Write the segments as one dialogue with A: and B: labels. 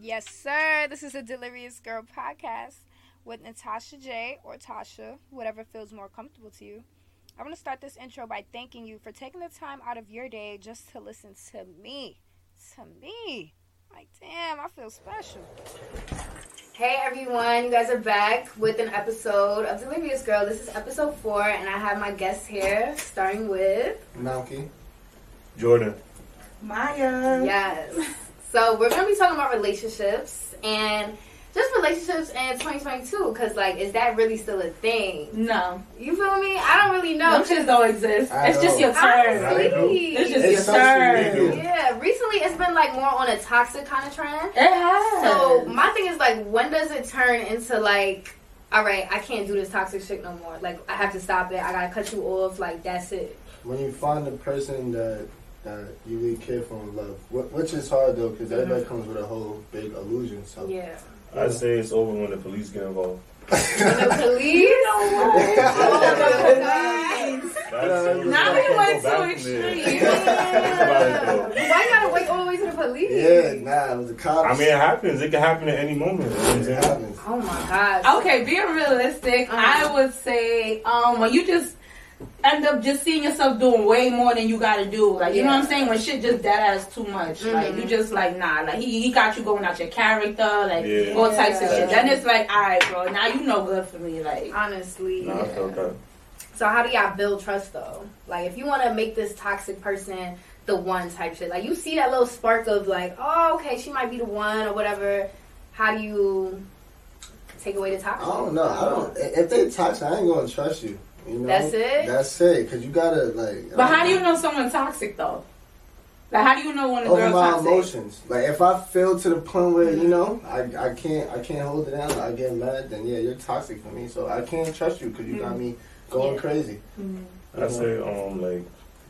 A: Yes, sir. This is a Delirious Girl podcast with Natasha J or Tasha, whatever feels more comfortable to you. I want to start this intro by thanking you for taking the time out of your day just to listen to me. To me. Like, damn, I feel special.
B: Hey everyone, you guys are back with an episode of Delirious Girl. This is episode four, and I have my guests here, starting with
C: Malky.
D: Jordan.
E: Maya.
B: yes. So we're gonna be talking about relationships and just relationships in 2022, cause like, is that really still a thing?
E: No.
B: You feel me? I don't really know.
E: Them shits don't exist.
C: I
E: it's just
C: know.
E: your turn.
D: Honestly.
E: It's
B: Honestly,
E: just
C: It's
E: your
C: something
E: turn.
C: we do.
B: yeah. Recently, it's been like more on a toxic kind of trend.
E: It has.
B: So my thing is like, when does it turn into like, all right, I can't do this toxic shit no more. Like, I have to stop it. I gotta cut you off. Like, that's it.
C: When you find the person that that you really care for and love, wh- which is hard though, because everybody
E: Mm-hmm.
C: comes with a whole big illusion. So
B: Yeah.
D: I say it's over when the police get involved.
B: And the police. Oh my God.
C: No,
D: That's
C: now
E: we went too
D: extreme.
E: extreme.
B: Yeah. Why you gotta wait all the way to the police?
C: yeah, nah, it was the cops.
D: I mean, it happens. It can happen at any moment. You know what I'm
C: it
D: saying?
C: happens.
B: Oh my god.
E: Okay, being realistic,
B: Uh-huh.
E: I would say um, when you just end up just seeing yourself doing way more than you gotta do. Like you know what I'm saying? When shit just dead ass too much. Like
B: Mm-hmm.
E: you just like nah. Like he, he got you going out your character. Like
D: Yeah.
E: all types of
B: Yeah.
E: shit. Then it's like all right, bro. Now you no good for me. Like
B: Honestly.
D: Nah, I felt that.
B: So how do y'all build trust though? Like if you want to make this toxic person the one type shit, like you see that little spark of like, oh okay, she might be the one or whatever. How do you take away the
C: I
B: toxic?
C: don't know. I don't. i- If they toxic, I ain't gonna trust you. You know.
B: That's it?
C: That's it. Cause you gotta like. um,
E: But how do you know someone toxic though? Like how do you know when a
C: Over
E: girl
C: my
E: toxic? Mm-hmm.
C: emotions. Like if I feel to the point where you know I, I can't I can't hold it down. I get mad. Then yeah, you're toxic for me. So I can't trust you because you
E: Mm-hmm.
C: got me going
B: Yeah.
C: crazy.
D: I say, um, like,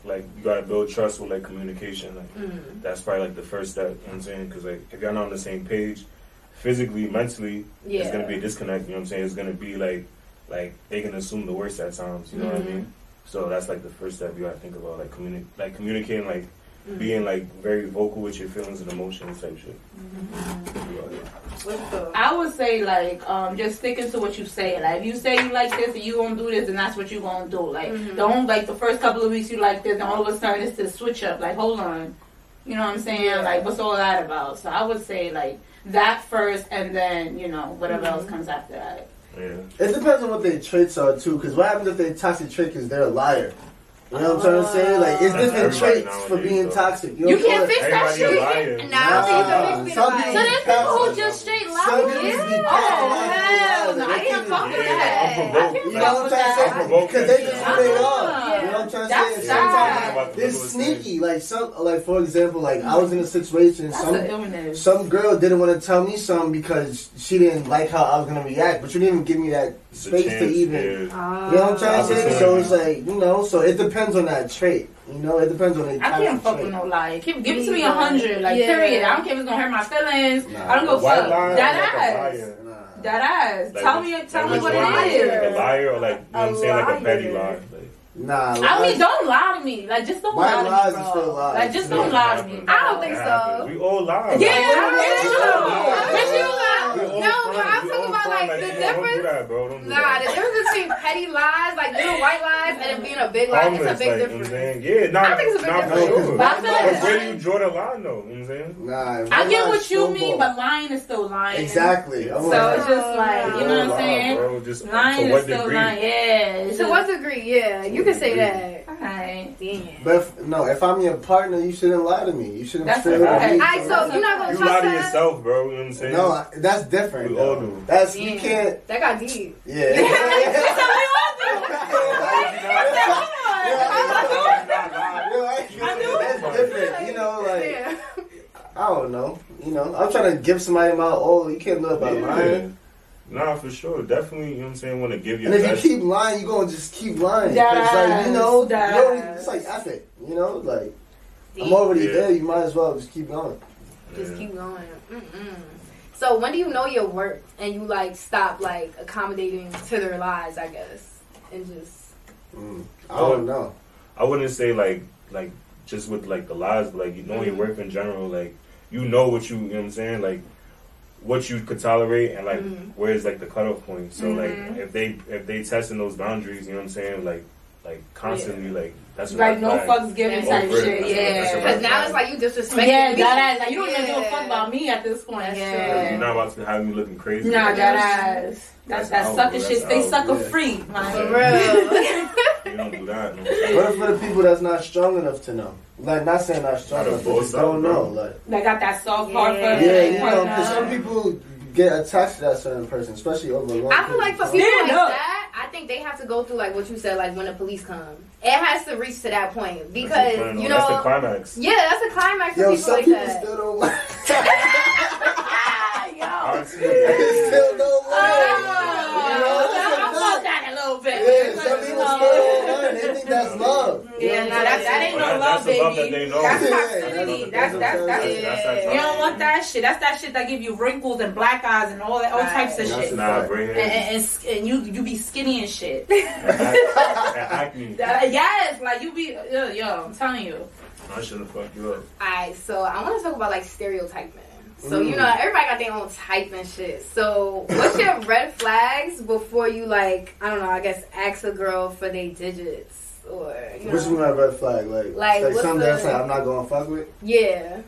D: like you gotta build trust with like communication. Like,
E: Mm-hmm.
B: Mm.
D: that's probably like the first step. You know what I'm saying? Because like, if y'all not on the same page, physically, mentally,
B: Yeah.
D: it's gonna be a disconnect. You know what I'm saying? It's gonna be like, like they can assume the worst at times. You know what I
E: Mm-hmm.
D: mean? So that's like the first step you gotta think about, like communi- like communicating, like
E: Mm.
D: being like very vocal with your feelings and emotions type shit.
E: Mm-hmm.
B: What's the-
E: I would say like um, just sticking to what you say. Like if you say you like this and you gonna do this, then that's what you gonna do. Like don't like the first couple of weeks you like this, and all of a sudden it's this switch up. Like hold on, you know what I'm saying?
B: Yeah.
E: Like what's all that about? So I would say like that first, and then you know whatever else comes after that.
D: Yeah.
C: It depends on what their traits are too. Because what happens if their toxic trait is they're a liar? You know what I'm trying to say? Like it's
D: That's
C: different
D: everybody
C: traits for
D: nowadays,
C: being
D: though.
C: toxic.
E: You
C: know,
E: can't
C: so-
E: fix
D: Everybody
E: that shit.
D: a liar.
B: Nah, I don't think you
C: Nah,
B: can fix me
C: some
B: to lie.
C: people
B: So
C: be
B: there's
C: passive.
E: straight
C: Some people just be passive.
B: hell no, I
C: They
B: can't
C: can't
B: fuck
C: do
B: with
C: it.
B: that.
D: I'm provoked.
C: You
E: I
C: know what
D: Like,
E: can't fuck with
C: I'm
E: that.
C: saying? Because they just who they
E: Uh-uh.
C: are. You know what I'm trying to
E: That's
C: say?
E: sad.
C: Sometimes they're sneaky. Like some, like for example, like I was in a situation.
E: That's
C: some
E: an illness.
C: some girl didn't want to tell me something because she didn't like how I was gonna react. But you didn't even give me that
D: The
C: space to
D: chance,
C: even.
D: yeah.
B: Oh.
C: You know what
E: Um,
C: I'm trying to say?
D: Opportunity.
C: So it's like, you know, so it depends on that trait. You know, it depends on the
E: I can't
C: toxic
E: fuck
C: trait.
E: with no lie. Give, give it to me
B: Yeah.
E: a hundred, like
B: Yeah.
E: period. I don't care if it's gonna hurt my feelings.
C: Nah,
E: I don't go
C: white
E: Oh, fuck.
C: lie
E: That
D: is like a
E: ass.
D: liar.
C: Nah.
E: That ass.
D: Like,
E: tell
D: which-
E: me, tell me
D: which
E: what
D: one
E: it
D: is
E: is.
D: it? Like a liar or like you know what I'm saying, like a petty
B: liar.
D: lie. Like,
C: Nah,
E: I mean,
C: lies-
E: don't lie to me. Like, just don't
C: White
E: lie to
C: lies
E: me,
C: is
E: bro.
C: still lies.
E: Like, just
C: Yeah.
E: don't lie to me.
B: I don't think
D: That
B: so.
D: happens. We all lie.
E: Yeah,
B: it's
E: it's
B: true.
E: true.
B: But you lie.
D: We all
B: Uh, No,
D: friends.
B: but I'm
D: We
B: talking
D: all
B: about, like,
D: friends.
B: the
D: yeah, Don't do
B: difference-
D: that, bro. Don't do
B: Nah,
D: that.
B: the difference between petty lies, like little white lies, and it being a big lie, it's a
D: Harmless,
B: big
D: like, you know what I'm
B: difference.
D: saying? Yeah, nah,
B: I think it's a big
D: nah,
B: difference.
D: for sure.
E: But I feel
D: But
E: like
D: where do you draw the line, though? You know what I'm saying?
C: Nah,
E: I
C: one
E: get
C: lie's
E: what you
C: still
E: mean,
C: bull.
E: but lying is still lying.
C: Exactly. I'm
E: So
C: like,
E: it's just like, you know what I'm
D: Lie,
E: saying?
D: Bro, just
E: Lying
D: to what
E: is still
D: degree?
E: lying. Yeah. it's
B: To
E: just-
B: what degree? Yeah, you can say that.
E: Alright.
B: Damn.
C: but if, no, if I'm your partner, you shouldn't lie to me. You shouldn't
E: That's
C: straight
D: okay.
C: up
E: All
C: lie
B: Alright,
C: to
B: so
C: me.
B: you're not gonna
D: You
B: trust
D: lie to
B: that?
D: yourself, bro. You know what I'm saying?
C: no, I- that's different.
D: We all
C: though.
D: do.
C: That's you
B: Damn.
C: can't.
B: That got deep.
C: Yeah. That's different. You know, like
B: Yeah.
C: I don't know. You know, I'm trying to give somebody my all. You can't live by lying.
D: Yeah. Nah, for sure. Definitely, you know what I'm saying? Want to give your
C: And if
D: best.
C: you keep lying, you're gonna just keep lying.
E: Yes,
C: It's like you know, you
E: yes.
C: already- it's like effort. You know, like I'm already
D: Yeah.
C: there. You might as well just keep going.
B: Just
D: Yeah.
B: keep going. Mm-mm. So when do you know your worth and you like stop like accommodating to their lies? I guess and just
D: Mm.
C: I don't know.
D: I wouldn't say like like
E: Mm-hmm.
D: just with like the lies, but like you know your worth in general, like you know what you, you know what I'm saying, like what you could tolerate and like
E: Mm-hmm.
D: where's like the cutoff point. So like if they if they testing those boundaries, you know what I'm saying? Like like constantly like that's what
E: Like
D: I
E: no
D: find.
E: fucks given
B: Yeah.
E: type
D: Over it.
E: shit.
D: That's a-
E: Yeah.
D: that's
B: Because now it's like you disrespecting
E: Yeah,
B: me.
E: that ass. Like you don't even give a
B: Yeah.
E: fuck about me at this point.
B: That's
E: yeah.
D: You're not about to have me looking crazy.
E: Nah,
D: Like,
E: that ass. That's
D: That's
E: that
D: out,
E: sucker
D: bro.
E: shit.
D: That's
E: Stay
D: out,
E: sucker
C: yeah.
E: free. Like,
B: For real.
D: you don't do that. No.
C: What if for the people that's not strong enough to know? Like, not saying not strong
D: Gotta
C: enough, but
D: boss
C: just
D: up,
C: don't
D: bro.
C: know. Like,
E: they got that soft part for
B: Yeah.
C: yeah, you
E: for
C: know,
E: the- uh,
C: because some people get attached to that certain person, especially over a long
B: I feel like for people
C: period of time.
E: Stand
B: like
E: up.
B: that, I think they have to go through like what you said, like when the police come. It has to reach to that point
D: That's the
B: because
D: final-
B: you
D: that's the
B: know,
D: climax.
B: yeah, that's a climax for
C: Yo,
B: people
C: some
B: like
C: people
B: that.
C: still don't like.
E: Ah, yo.
D: Honestly,
C: they still don't
B: Oh,
E: Ah, I felt
C: like.
E: that a little bit.
C: Yeah, some people still don't learn. They think that's love.
E: Yeah, no, that, that ain't no
D: Well, that's
E: love,
D: the love that
E: baby.
D: they know.
E: That's
C: Yeah,
E: toxicity. That's
C: that's what
E: that's
C: I'm
E: that's.
C: saying.
D: that's- that's
E: You don't want that shit. That's that shit that give you wrinkles and black eyes and all that, all types
C: That's
E: of shit.
C: a-
E: And,
D: Nah, bring it.
E: and, and, sk- and you you be skinny and shit.
D: Acne.
E: That- yes, like you be yo, yo. I'm telling you.
D: I should have fucked you up.
B: Alright, so I want to talk about like stereotyping. So you
C: Mm.
B: know, everybody got their own type and shit. So what's your red flags before you like? I don't know. I guess ask a girl for they digits or you
C: Which
B: know,
C: one a red flag? Like,
B: Like,
C: like
B: what's
C: something that's
B: the-
C: like I'm not gonna fuck with.
B: yeah.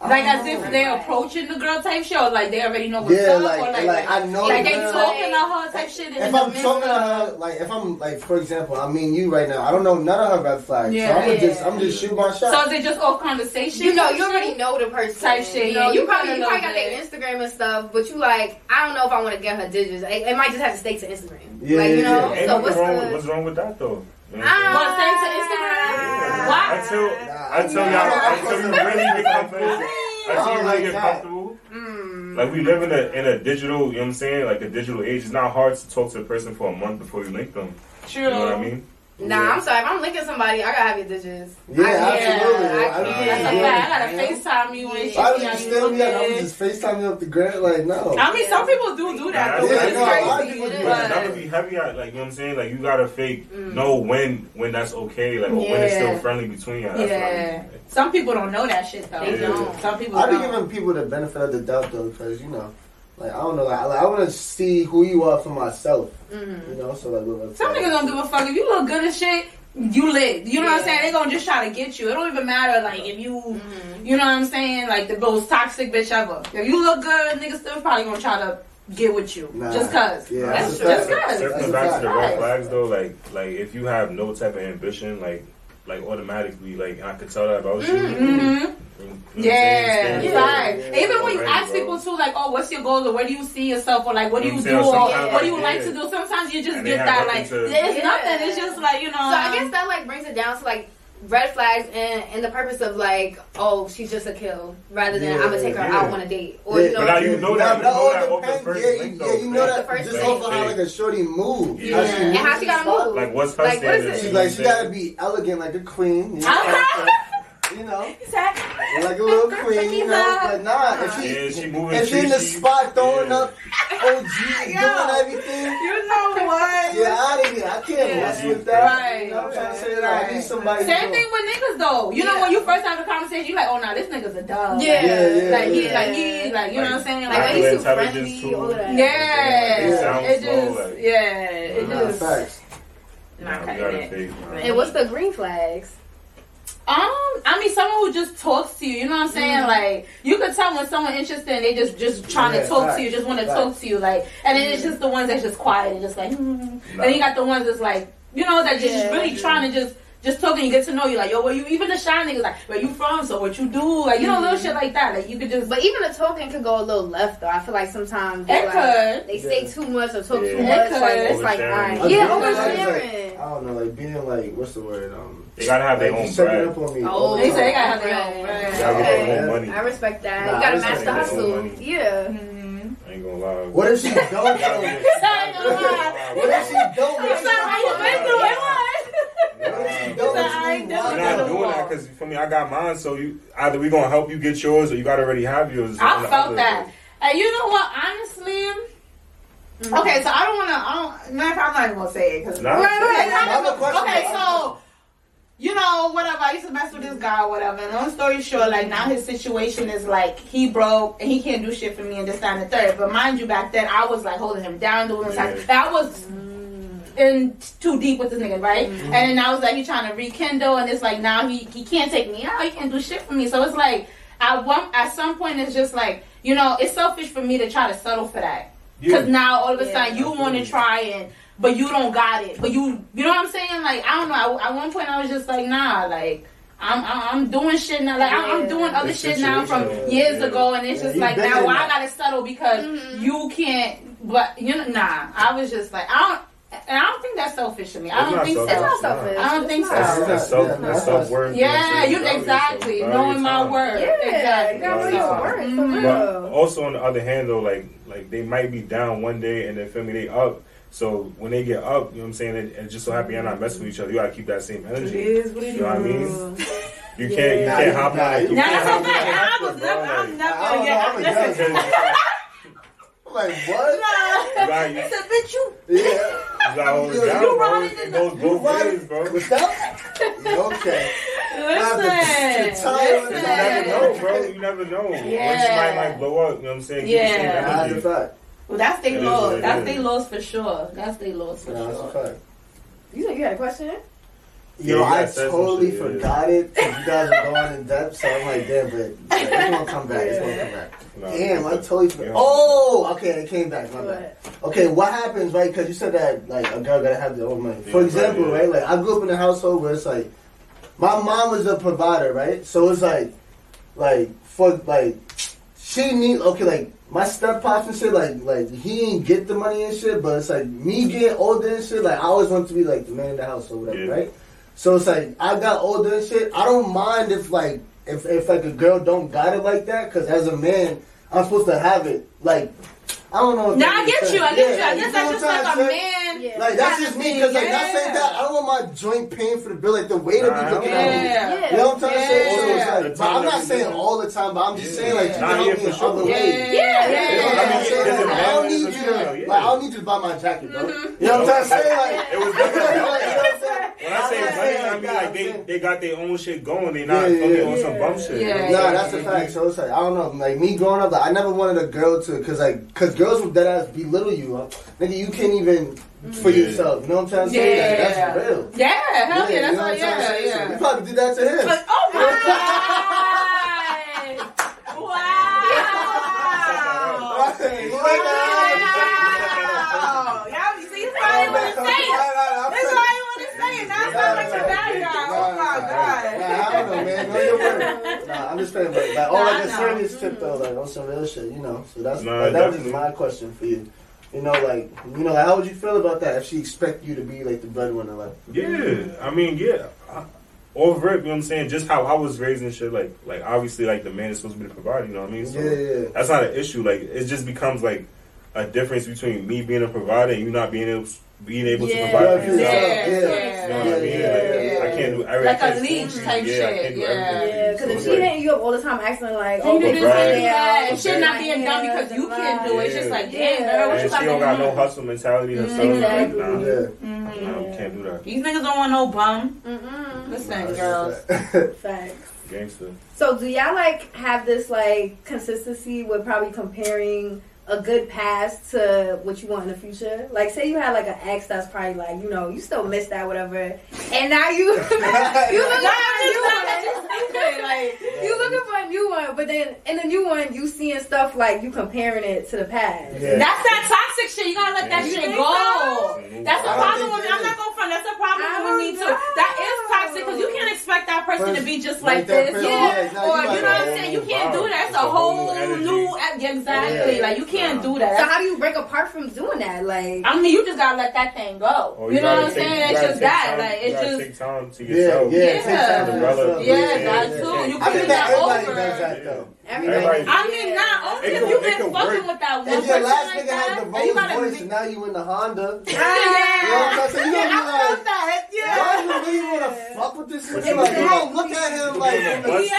C: I
E: Like
C: don't
E: as
C: know.
E: if they're approaching the girl type shit, or like they already know what's
C: Yeah,
E: up,
C: like,
E: or
C: like,
E: like
C: I know.
E: like
C: the
E: they
C: girl.
E: talking to her type shit.
C: if
E: And
C: I'm talking to her, like if I'm like, for example, I mean you right now. I don't know none of her red flags, so
E: Yeah.
C: I'm gonna
B: Yeah.
C: just, I'm gonna just shoot my shot.
E: so is it just off conversation?
B: You know, you
E: type
B: already
E: shit?
B: know the person.
E: Type shit,
B: You, know,
E: yeah,
B: you
E: you
B: probably,
E: kinda
B: you
E: know
B: probably got their Instagram and stuff, but you like, I don't know if I want to get her digits. It, it might just have to stay to Instagram.
C: Yeah,
B: like, you
C: yeah,
B: know?
C: yeah.
D: Ain't
B: So
D: nothing
B: what's
D: wrong with,
B: the... Ah.
D: what's wrong with that though? You know what I'm saying?
E: What, same to Instagram?
D: Yeah.
E: Why?
D: Until until
C: Nah.
D: y'all until you really get comfortable. Until you
C: I
D: really
C: like
D: get
C: that.
D: comfortable. Hmm. Like we live in a in a digital, you know what I'm saying? Like a digital age. It's not hard to talk to a person for a month before you link them.
E: True.
D: You know what I mean?
B: Nah, I'm sorry. If I'm linking somebody, I gotta have your digits.
C: yeah,
B: I-
C: absolutely.
B: yeah, I
C: I,
B: can't.
C: mean,
E: That's a
C: yeah,
E: fact.
C: man.
E: I gotta FaceTime you and shit.
C: Why
E: you
C: would
E: know,
C: you
E: you
C: still me?
E: look
C: I'm
E: good.
C: just FaceTime you up the grant. Like no.
E: I mean, some people do do
D: Nah,
E: that. though.
D: that's-
E: It's
D: Yeah, I know. A lot
C: of
E: crazy.
C: people do
E: It
D: But
E: is.
C: that.
D: that would be heavy at like you know what I'm saying? Like you gotta fake know when when that's okay, like or when it's
E: Mm. Yeah.
D: still friendly between y'all. That's what I
E: Yeah.
D: mean.
E: Some people don't know that shit though.
D: They
B: don't.
E: Some people
C: I be
E: don't.
C: giving people the benefit of the doubt though, because you know, like I don't know, like, I- like I want to see who you are for myself.
B: Mm-hmm.
C: You know, so like with red
E: Some
C: flags.
E: niggas don't give a fuck if you look good as shit. You lit. You know what I'm
B: Yeah.
E: saying? They gonna just try to get you. It don't even matter like if you,
B: Mm-hmm.
E: you know what I'm saying? Like the most toxic bitch ever. If you look good, niggas still probably gonna try to get with you
C: Nah.
E: just cause.
C: Yeah,
E: that's
C: that's a
E: just
C: fact.
E: cause.
C: That's
D: Circling
C: a
D: back
C: fact.
D: to the red
E: Right.
D: flags though, like like if you have no type of ambition, like like automatically, like and I could tell that about you.
E: hmm
D: You know what I'm
E: Yeah,
D: saying?
E: yeah.
D: Stand
E: right.
D: out.
E: Even when you
D: Already,
E: ask
D: bro.
E: people too, like, oh, what's your goal or where do you see yourself or like what do
D: You
E: you
D: know
E: do or
D: what I'm saying?
E: what do you
D: Sometimes,
E: like
D: yeah.
E: to do? Sometimes you just
D: And they
E: get
D: have
E: that
D: nothing
E: like
D: to-
E: it's
B: Yeah.
E: nothing. It's just like you know.
B: So I guess that like brings it down to like red flags and and the purpose of like, oh, she's just a kill, rather than
C: Yeah,
B: I'm gonna take her
D: yeah.
B: out on a date or you
C: Yeah.
D: But now
B: know.
D: you know
C: Nah,
D: that. You
C: that all
D: know that off the
C: depends.
D: first
C: yeah,
D: link,
C: you,
D: though.
C: yeah, you know
B: Off the
C: that
B: first
C: just
D: link.
C: over how like a shorty move.
D: Yeah.
C: How
B: And how
C: moves
B: she gotta
C: and stuff.
B: move.
D: Like what's her
B: Like, what is
D: standard?
B: it?
C: She's like she gotta be elegant, like a queen. You know,
E: Uh-huh.
C: you know like a little queen. You know, but nah, if she
D: Yeah, she moving.
C: if she in the
D: treachy.
C: spot throwing
D: Yeah.
C: up OG, doing everything.
E: you know what?
C: Yeah, out of here. I can't mess with that.
E: Right.
C: You know what I'm trying to say? Like, I need somebody.
E: Same
C: to-
E: thing with niggas though. You know
B: Yeah.
E: when you first have the conversation, you like, oh nah, this nigga's a dog.
B: Yeah.
E: Like,
C: Yeah,
E: like he,
C: yeah.
E: like he, like you know what I'm saying.
B: Like,
E: Like,
B: when he's too
D: intelligence
B: friendly, all
D: too.
B: of that.
E: yeah,
B: Yeah.
C: sound
E: it
D: slow,
E: just,
D: like-
E: yeah, it
C: Nah,
E: just.
C: facts.
E: Nah,
D: Nah, we
E: cutting
D: gotta
E: it.
D: fake. nah.
B: And what's the green flags?
E: Um, I mean, someone who just talks to you. You know what I'm saying? Like, you could tell when someone interested, and they just just trying
C: Yeah,
E: to talk
C: facts,
E: to you, just want to
C: facts.
E: talk to you. Like, and then it's just the ones that's just quiet and just like. mm
D: Nah.
E: And you got the ones that's like, you know, that just
B: Yeah.
E: really trying to just just talking. You get to know you, like, yo, where you? Even the shy niggas, like, where you from? So what you do? Like, you know, little shit like that. Like, you could just.
B: But even the talking could go a little left though. I feel like sometimes they,
E: It
B: like,
E: could.
B: they say
C: Yeah.
B: too much or talk
D: Yeah.
B: too
D: It
B: much. Like,
E: could.
B: it's like, all
D: Oversharing.
B: right. Yeah,
C: Like,
B: oversharing.
C: I don't know, like being like, what's the word? Um,
D: They gotta have their
C: like,
D: own
C: you checking
D: brand.
C: up on me.
B: Oh,
C: all the
E: They say
C: time.
E: they gotta have their own
B: Right.
E: brand.
D: They gotta get their own
B: Okay.
D: money.
B: I respect that.
C: Nah,
B: you gotta
C: I
B: match
C: respect
B: the
C: that.
B: hustle.
D: Money.
B: Yeah.
E: Mm-hmm.
D: I ain't gonna lie.
C: What if she don't?
D: You gotta
C: though?
D: be-
C: What if she don't?
E: It's not how you been through it, what?
C: What if she
D: Nah.
C: don't?
E: Nah, I
C: What if she
D: We're
E: ain't
D: not
C: don't?
D: doing that because for me, I got mine. So you either we gonna help you get yours, or you gotta already have yours.
E: I felt that. And you know what? Honestly, okay. So I don't want to. I don't. Matter of fact, I'm not even gonna say it because.
D: Nah.
E: Right, right,
C: Another
E: right.
C: question.
E: okay, so you know, whatever. I used to mess with this guy, whatever. And long story short, like now his situation is like he broke and he can't do shit for me and this, that, and the third. But mind you, back then I was like holding him down, doing his
D: Yeah.
E: like that was in too deep with this nigga, right? And then I was like, he trying to rekindle, and it's like now he he can't take me out, he can't do shit for me. So it's like at one at some point it's just like you know it's selfish for me to try to settle for that because now all of a
B: Yeah,
E: sudden you want to
D: absolutely.
E: try and but you don't got it, but you you know what I'm saying? Like I don't know. I, at one point I was just like, nah, like. I'm, I'm I'm doing shit now. Like I'm, I'm doing other
D: It's
E: shit now from
D: situational.
E: years
D: Yeah.
E: ago, and it's
C: Yeah,
E: just
C: you
E: like
C: been
E: now
C: in
E: why I
C: that.
E: gotta settle because
B: Mm-hmm.
E: you can't. But you know, nah. I was just like I don't. And I don't think that's selfish to me. I
D: It's
E: don't
D: not
E: think so.
D: selfish.
B: It's not selfish.
E: I don't think
B: It's
D: That's,
C: Oh,
E: so.
B: not.
D: that's self,
C: Yeah,
D: that's self worth.
E: Yeah, you exactly knowing my worth.
B: Yeah,
E: exactly.
B: you gotta know your
E: So,
B: worth, for
E: mhm.
B: real.
D: But also on the other hand though, like like they might be down one day and then feel me they up. So when they get up, you know what I'm saying, and, and just so happy you're not messing with each other, you gotta keep that same energy. you know what I mean? You can't you
C: Nah,
D: can't
C: nah,
D: hop on.
C: you
E: Now
C: can't
E: that's
C: hop
E: a
C: on
E: fact. I was never. I'm never.
C: I don't know,
E: Yeah,
C: I'm a
E: listen.
C: judge. I'm like, what?
D: Right, you-
E: It's a bitch. You
C: Yeah.
D: you gotta hold it
C: You
D: down, bro.
E: riding
D: It
E: in
D: goes both
C: riding-
D: ways, bro.
C: What's up? Okay.
E: listen.
C: Listen.
D: You never
E: Listen.
D: know, bro. You never know. Or she
E: Yeah.
D: might like blow up. You know what I'm saying? Keep the same
E: Yeah.
C: Nah,
D: energy.
C: that's a fact.
E: Well, that's
D: It
E: their
D: is what
E: loss.
D: it
E: That's
D: is.
E: their loss for sure. That's their loss for
C: Nah, that's a
E: sure.
C: fact.
B: You said you had a question?
C: Yo,
D: Yeah,
C: I
D: that's- that's
C: totally
D: what she is.
C: forgot it 'cause you guys are going in depth, so I'm like, damn, but it's gonna come back. It's gonna come back.
D: Nah,
C: Damn, I totally
D: Yeah.
C: forgot. Oh, okay, it came back. My bad.
B: But
C: Okay, what happens, right? Because you said that like a girl gotta have their own money.
D: Yeah,
C: For example,
D: right,
C: right? Like I grew up in a household where it's like my mom was a provider, right? So it's like, like for like she need okay, like my step pops and shit, like like he ain't get the money and shit, but it's like me getting older and shit. Like I always want to be like the man in the house or whatever,
D: Yeah.
C: right? So it's like I got older and shit. I don't mind if like if if like a girl don't got it like that, because as a man, I'm supposed to have it. Like I don't know. if
E: Now
C: that
E: I
C: makes
E: get you. I
C: sense.
E: get you.
C: Yeah,
E: I guess
C: know
E: that's
C: what
E: just
C: I'm
E: like a
C: trying to say?
E: man.
B: Yeah.
C: Like that's just me because like not
E: Yeah.
C: saying that I don't want my joint pain for the bill like the way that
D: Nah,
C: we looking at me.
E: Yeah.
C: You know what I'm trying to say? Also, it's
E: Yeah.
C: like, but I'm not saying all the time. But I'm just saying like you can
D: Nah,
C: help
D: yeah,
C: me in
D: for sure.
C: other
E: Yeah.
C: ways. You know what
E: Yeah.
C: I'm saying? Like, I don't need you.
D: Yeah.
C: to- Like I don't need you to buy my jacket, bro.
E: Mm-hmm.
C: You know what I'm trying to say? Like
D: It
C: you
D: was
C: know
D: different.
C: what I'm saying?
D: When I say
C: I'm not
D: money,
C: saying
D: I mean like
C: I'm
D: they,
C: saying-
D: they got their own shit going. They not
C: Yeah, yeah,
D: fucking
C: yeah.
D: on some bum shit.
E: Yeah.
C: Nah, that's the fact. So it's like I don't know. Like me growing up, like, I never wanted a girl to, cause like, cause girls would dead ass belittle you, huh? nigga. You can't even for
D: Yeah.
C: yourself. You know what I'm trying to say? Like,
E: Mm-hmm. Yeah.
C: that's real.
E: Yeah, hell yeah,
C: you
E: that's
C: know
E: all,
C: what I'm trying to
E: yeah,
C: say? So
E: yeah.
C: You probably did that to him.
E: But, oh my God! Wow!
C: Right, right,
E: Wow! Y'all, see, that's why I didn't want to say it. That's why I didn't want to say it. Now it's not like your background. Oh my
C: Nah, I
E: God.
C: don't know, man. Know your worth. Nah, I'm just saying, but like, on
E: Nah,
C: like a
E: I know.
C: serious tip though, like on some real shit, you know. So that's
D: Nah,
C: like, that was
D: definitely.
C: my question for you. You know, like, you know, how would you feel about that if she expect you to be like the breadwinner, like?
D: Yeah, I mean, yeah. I- Over it, you know what I'm saying? Just how I was raised and shit, like, like obviously, like, the man is supposed to be the provider, you know what I mean? So
C: Yeah, yeah.
D: that's not an issue. Like, it just becomes, like, a difference between me being a provider and you not being able, being able to
B: Yeah.
D: provide for
C: Yeah,
D: yourself.
E: Yeah,
D: You
E: yeah.
D: know what I mean?
B: Yeah.
D: Like, I can't do everything.
E: Like a
D: I can't
E: leech
D: do-
E: type
D: yeah, I
E: shit,
D: can't do
E: yeah.
D: everything.
B: yeah, because
D: So
B: if
D: it's
B: she
D: like-
B: hitting you up all the time, asking like,
E: Can
B: oh,
E: you do
B: my
E: this?
D: Right.
E: and that?
B: God.
E: And shit not being done because you can't do it. It's just like, damn, girl,
D: And
E: what you
D: she don't
E: about
D: got
E: to do? Mm-hmm.
D: no hustle mentality herself.
B: Exactly.
D: Nah, nah,
C: Yeah.
E: Mhm.
D: you can't do that.
E: These niggas don't want no bum.
B: Mm-mm.
E: Listen, girls.
B: Facts.
D: Gangster.
B: So do y'all like have this like consistency with probably comparing a good past to what you want in the future? Like say you had like an ex that's probably like, you know, you still miss that whatever and now you you looking for a new one. You looking for a new one, but then in the new one you seeing stuff like you comparing it to the past.
C: Yeah.
E: That's that toxic shit. You gotta let that
D: You
E: shit
B: think
E: go. That's a
C: I don't
E: problem
C: think
E: with me.
C: it
E: I'm
C: is.
E: not going front. That's a
B: I
E: problem with me
B: don't
E: too.
B: know.
E: That is toxic because you can't expect that person to
C: First,
E: be just like
C: like that
E: this,
C: person,
E: yeah.
C: yeah, now you
E: or you
C: like
E: know what
C: a
E: I'm
C: whole
E: saying?
D: new
E: You
D: vibe.
E: can't do that. That's
D: It's a
E: a
D: whole
E: whole
D: energy.
E: new yeah, exactly.
C: Yeah.
E: Like you can't
D: Nah.
E: do
B: So
E: that.
B: how do you break apart from doing that? Like
E: I mean, you just gotta let that thing go.
D: Or
E: you, know
D: gotta
E: what I'm
D: take- Oh, you
E: saying? It's
D: gotta
E: just
D: take
E: that.
D: time-
E: Like
D: you
E: it's
D: gotta
E: just.
D: take time to
C: Yeah,
D: yourself.
C: yeah,
E: Yeah.
C: take time to yourself.
E: Yeah,
D: Yeah,
E: that
D: yeah,
E: too.
D: yeah.
E: You
C: I
E: couldn't
C: think
E: get
C: that everybody
E: over.
C: does that though.
B: everybody.
D: Everybody-
E: I mean, not only
D: It
E: if
D: could-
E: you've
D: it
E: been
D: could
E: fucking
D: work.
E: with that one
C: If your
E: person
C: last
E: like
C: nigga had
E: that,
C: the
E: and you
C: Rolls
E: gotta
C: Royce
E: be-
C: and now you in the Honda, you know
E: Yeah.
C: what I'm saying? So you
E: I
C: gonna be like,
E: felt that. Yeah.
C: Why you really want to fuck with this nigga? Like, you don't look at him like. in the-
D: Bus
E: I
C: Yeah,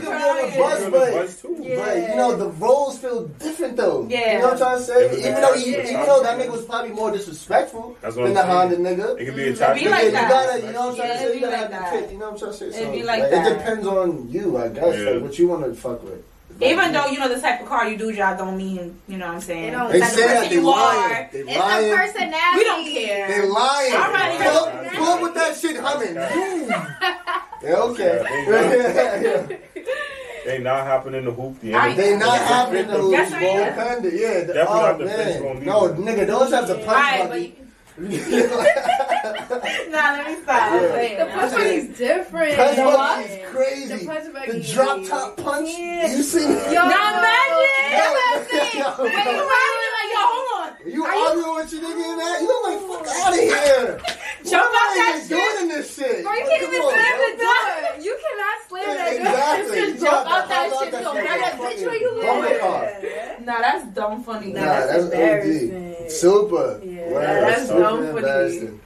C: she gonna be on the
E: crying.
C: bus,
D: You're on the
C: but.
D: bus too.
C: But you know the roles feel different though.
E: Yeah.
C: you know what I'm trying to say.
D: It was
C: even
D: like-
C: though he,
D: Yeah.
C: even though that nigga was probably more disrespectful
D: That's what
C: than the
D: I'm
C: Honda
D: saying.
C: nigga.
D: It could be a
E: Mhm.
D: tactic.
E: Be like
C: yeah,
E: that.
C: you gotta, you know what I'm
E: Yeah,
C: trying to
E: it
C: say.
E: be
C: You gotta
E: like
C: have
E: that.
C: the kid. You know what I'm trying to say.
E: It
C: So,
E: be like
C: It
E: that.
C: depends on you, I guess.
D: Yeah.
C: Like what you want to fuck with.
E: Even though you know the type of car you do drive don't mean you know what I'm saying.
B: It don't-
C: they
B: Like the
C: say that
B: person
C: they
E: you
C: lying,
E: are,
C: they
B: It's the
C: lying,
B: personality.
E: We don't care.
C: they lying.
E: I'm not even-
C: Pull up- pull up with that shit humming. Yeah, okay.
D: Yeah,
C: Yeah, yeah.
D: They not hopping in the hoop. The
E: I-
C: They not having the
D: hoop.
C: loose
E: Yes, I
C: ball
E: am.
C: panda. Yeah. the-
D: Definitely
C: Oh
D: not the fist
C: man.
D: won't be
C: No,
D: there.
C: nigga, those have the punch
E: Alright, but
C: buggy.
E: Nah, let me stop.
C: Yeah.
E: Wait.
B: The punch
C: Yeah.
B: is different.
C: Punch
B: The
C: buggy
B: what?
C: is crazy.
B: The punch buggy
C: The
B: is-
C: drop top punch.
B: Yeah.
C: You seen?
B: Yo,
E: Now
C: Yo, yo,
E: imagine. Wait,
C: yo.
E: you probably like, yo, hold on.
C: You arguing with your nigga in that? You don't like fuck out of here. Why
E: Show about
C: are
E: that
C: you
E: shit.
C: doing this shit?
B: Bro, you
C: Like,
B: can't
C: come
B: even
C: on,
B: slam
C: bro.
B: the door. You cannot slam that door.
C: Exactly.
B: You
C: You
B: just
C: got
B: jump
C: the
B: out that
C: hell
B: shit.
C: out
B: So
C: that
B: grab that
C: shit.
B: bitch where you
C: Bump it
B: live.
E: Nah, that's dumb funny.
C: Nah,
E: Nah,
C: that's
B: embarrassing.
C: OG. Super.
B: Yeah,
D: Wow,
B: that's
D: so
B: dumb for you.
C: embarrassing.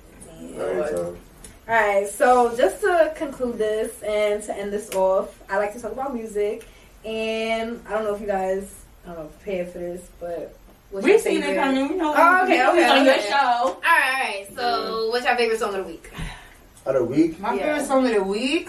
B: Alright, so just to conclude this and to end this off, I like to talk about music. And I don't know if you guys I don't know, prepared for this, but what's
E: we
B: your
E: seen it
B: favorite-
E: coming. We know.
B: Oh,
E: we
B: okay,
E: know it's
B: okay,
E: on your
B: okay.
E: show.
B: Alright, alright. So what's your favorite song of the week?
C: Out of week.
E: My
B: Yeah.
E: favorite song of the week.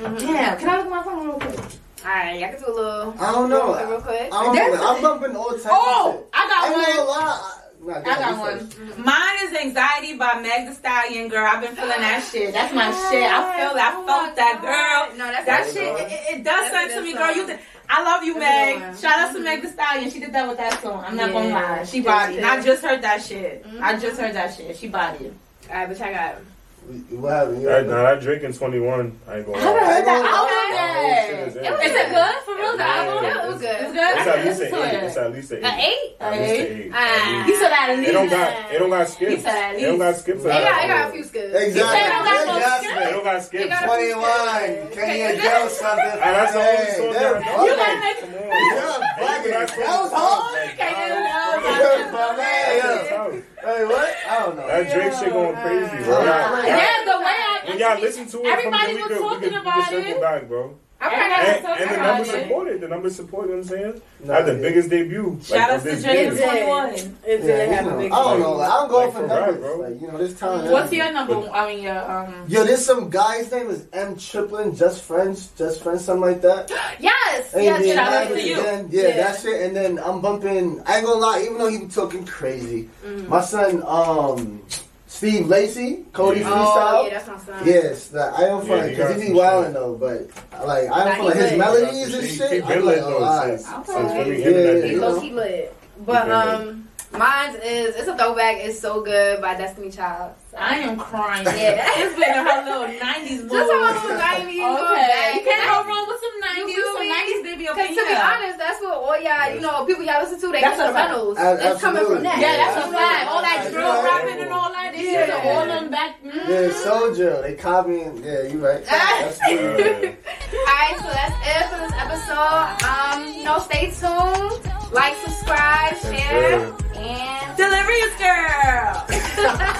E: Damn, can I look at my phone real quick?
B: Alright, I can do a little
C: I don't know.
B: real quick.
C: I don't
E: There's-
C: know. I'm bumping all types of
E: Oh,
C: shit.
E: I
C: I
E: got
C: ain't
E: one.
C: gonna lie. Nah, go
E: I
C: ahead,
E: got
C: you
E: one.
C: first.
E: Mine is Anxiety by Meg Thee Stallion, girl. I've been feeling that shit. That's my shit. I feel that. I felt that, girl.
B: No, Oh that's
E: That
C: That's a
E: shit,
C: good
E: it, it- it does
B: That's a
E: something to
B: good
E: me,
B: song.
E: girl. You, th- I love you,
B: That's a good
E: Meg.
B: one.
E: Shout out to Meg Thee Stallion. She did that with that song. I'm not gonna
B: Yeah,
E: lie.
B: she
E: She bodied.
B: did.
E: And I just heard that shit. I
B: Mhm.
E: just heard that shit. She bodied.
B: Alright, but I got
C: We- What happened? You
D: That,
C: don't know?
D: nah, that Drake in 21, I ain't gonna
E: I haven't
D: lie.
E: heard that
D: That whole shit
E: album yet.
D: is
B: It was
E: Is it
D: everything.
E: good? For real, the
D: Yeah.
E: album?
B: It was good.
E: It's
D: It's at
E: good. I can
D: least
E: listen
D: an
E: to
D: eight.
E: it.
D: It's at least an
B: An
D: eight.
B: eight?
D: At least
E: Eight?
D: an eight.
B: Ah.
D: At
E: He
D: least.
E: said at
D: It don't
E: least.
D: got. It don't got skips.
E: He said at
D: It don't got
E: least.
D: skips.
B: It
C: It
D: on
B: got,
D: that
B: it got a
D: album.
B: few scoops.
C: Exactly.
E: It don't got no
D: It
C: Exactly.
D: don't got skips.
B: It got a-
C: 21. Can you get something?
D: Ah, that's the only song that I know.
E: You gotta make
D: Come on.
C: That was hard.
E: Oh, okay, you know.
C: Hey,
D: That's tough.
C: what? I don't know.
D: That Drake shit going crazy, bro.
C: Yeah.
E: Yeah, the way I
D: When y'all listen to it,
E: Everybody
D: from the
E: was
D: we could-
E: talking
D: we could,
E: about
D: we could circle
E: it.
D: back, bro.
B: I'm
E: And-
B: probably
D: And,
E: so
D: and the
E: proud
D: numbers
E: of it.
D: supported. The numbers supported. You know what I'm saying,
C: Nah,
D: had the
C: yeah.
D: biggest debut. like,
E: Shout out
D: of
E: to
D: this
E: Drake
D: year.
B: Drake. It
E: Twenty
C: Yeah, you know, I don't know. Like, I'm going
D: Like,
C: for
D: for rap,
C: numbers.
D: bro.
C: Like, you know, this
E: One.
C: time.
E: What's your number? one? I mean, your um.
C: Yo, there's some guy's name is M Triplin, just friends, just friends, something like that.
B: Yes,
C: Ain't
B: yes,
C: Being
E: shout
B: yes.
E: out to
C: Average
E: you.
C: Again. Yeah,
B: Yeah.
C: that shit. And then I'm bumping. I ain't gonna lie, even though he was talking crazy,
E: Mm-hmm.
C: my son, um, Steve Lacey, Cody
D: Yeah.
B: Oh, yeah,
C: Freestyle.
B: that's my son.
C: Yes, like, I don't feel
D: Yeah,
C: like
D: he
C: because
D: got
C: he be
D: some
C: wilding
D: shit.
C: though, but like I
B: Nah,
C: don't feel like
B: he
C: his
B: lit.
C: melodies and
D: He
C: shit.
D: been
C: I'm
D: lit
C: like, oh,
D: though,
C: alright.
D: since-
E: Okay.
D: since really
C: Yeah,
D: internet
B: He
C: yeah.
D: days.
B: low key lit. But um, mine is it's a throwback. It's so good by Destiny Child.
E: I am crying.
B: Yeah.
E: it's been her little nineties
B: Just how I
E: mood.
B: was not even going
E: Okay,
B: back.
E: you can't go wrong with some
B: You
E: nineties.
B: feel
E: Some
B: me?
E: nineties baby up
B: Cause
E: in
B: to be
E: here.
B: honest, that's what all y'all, you know, people y'all listen to, they
E: That's
B: get
E: a
B: the
E: fact.
B: Reynolds.
C: A-
B: It's coming from
C: absolutely.
B: that.
E: Yeah, that's
B: You
E: a
B: know,
E: fact. All that
C: Yeah.
E: drill rapping and all that. They
B: Yeah.
E: yeah. all them back. Mm.
C: Yeah, Soldier, they copying. Yeah, you right. That's good.
D: Uh,
B: Alright, so that's it for this episode. Um, you know, stay tuned. Like, subscribe,
D: That's
B: share,
D: good.
B: and
E: Delirious girl.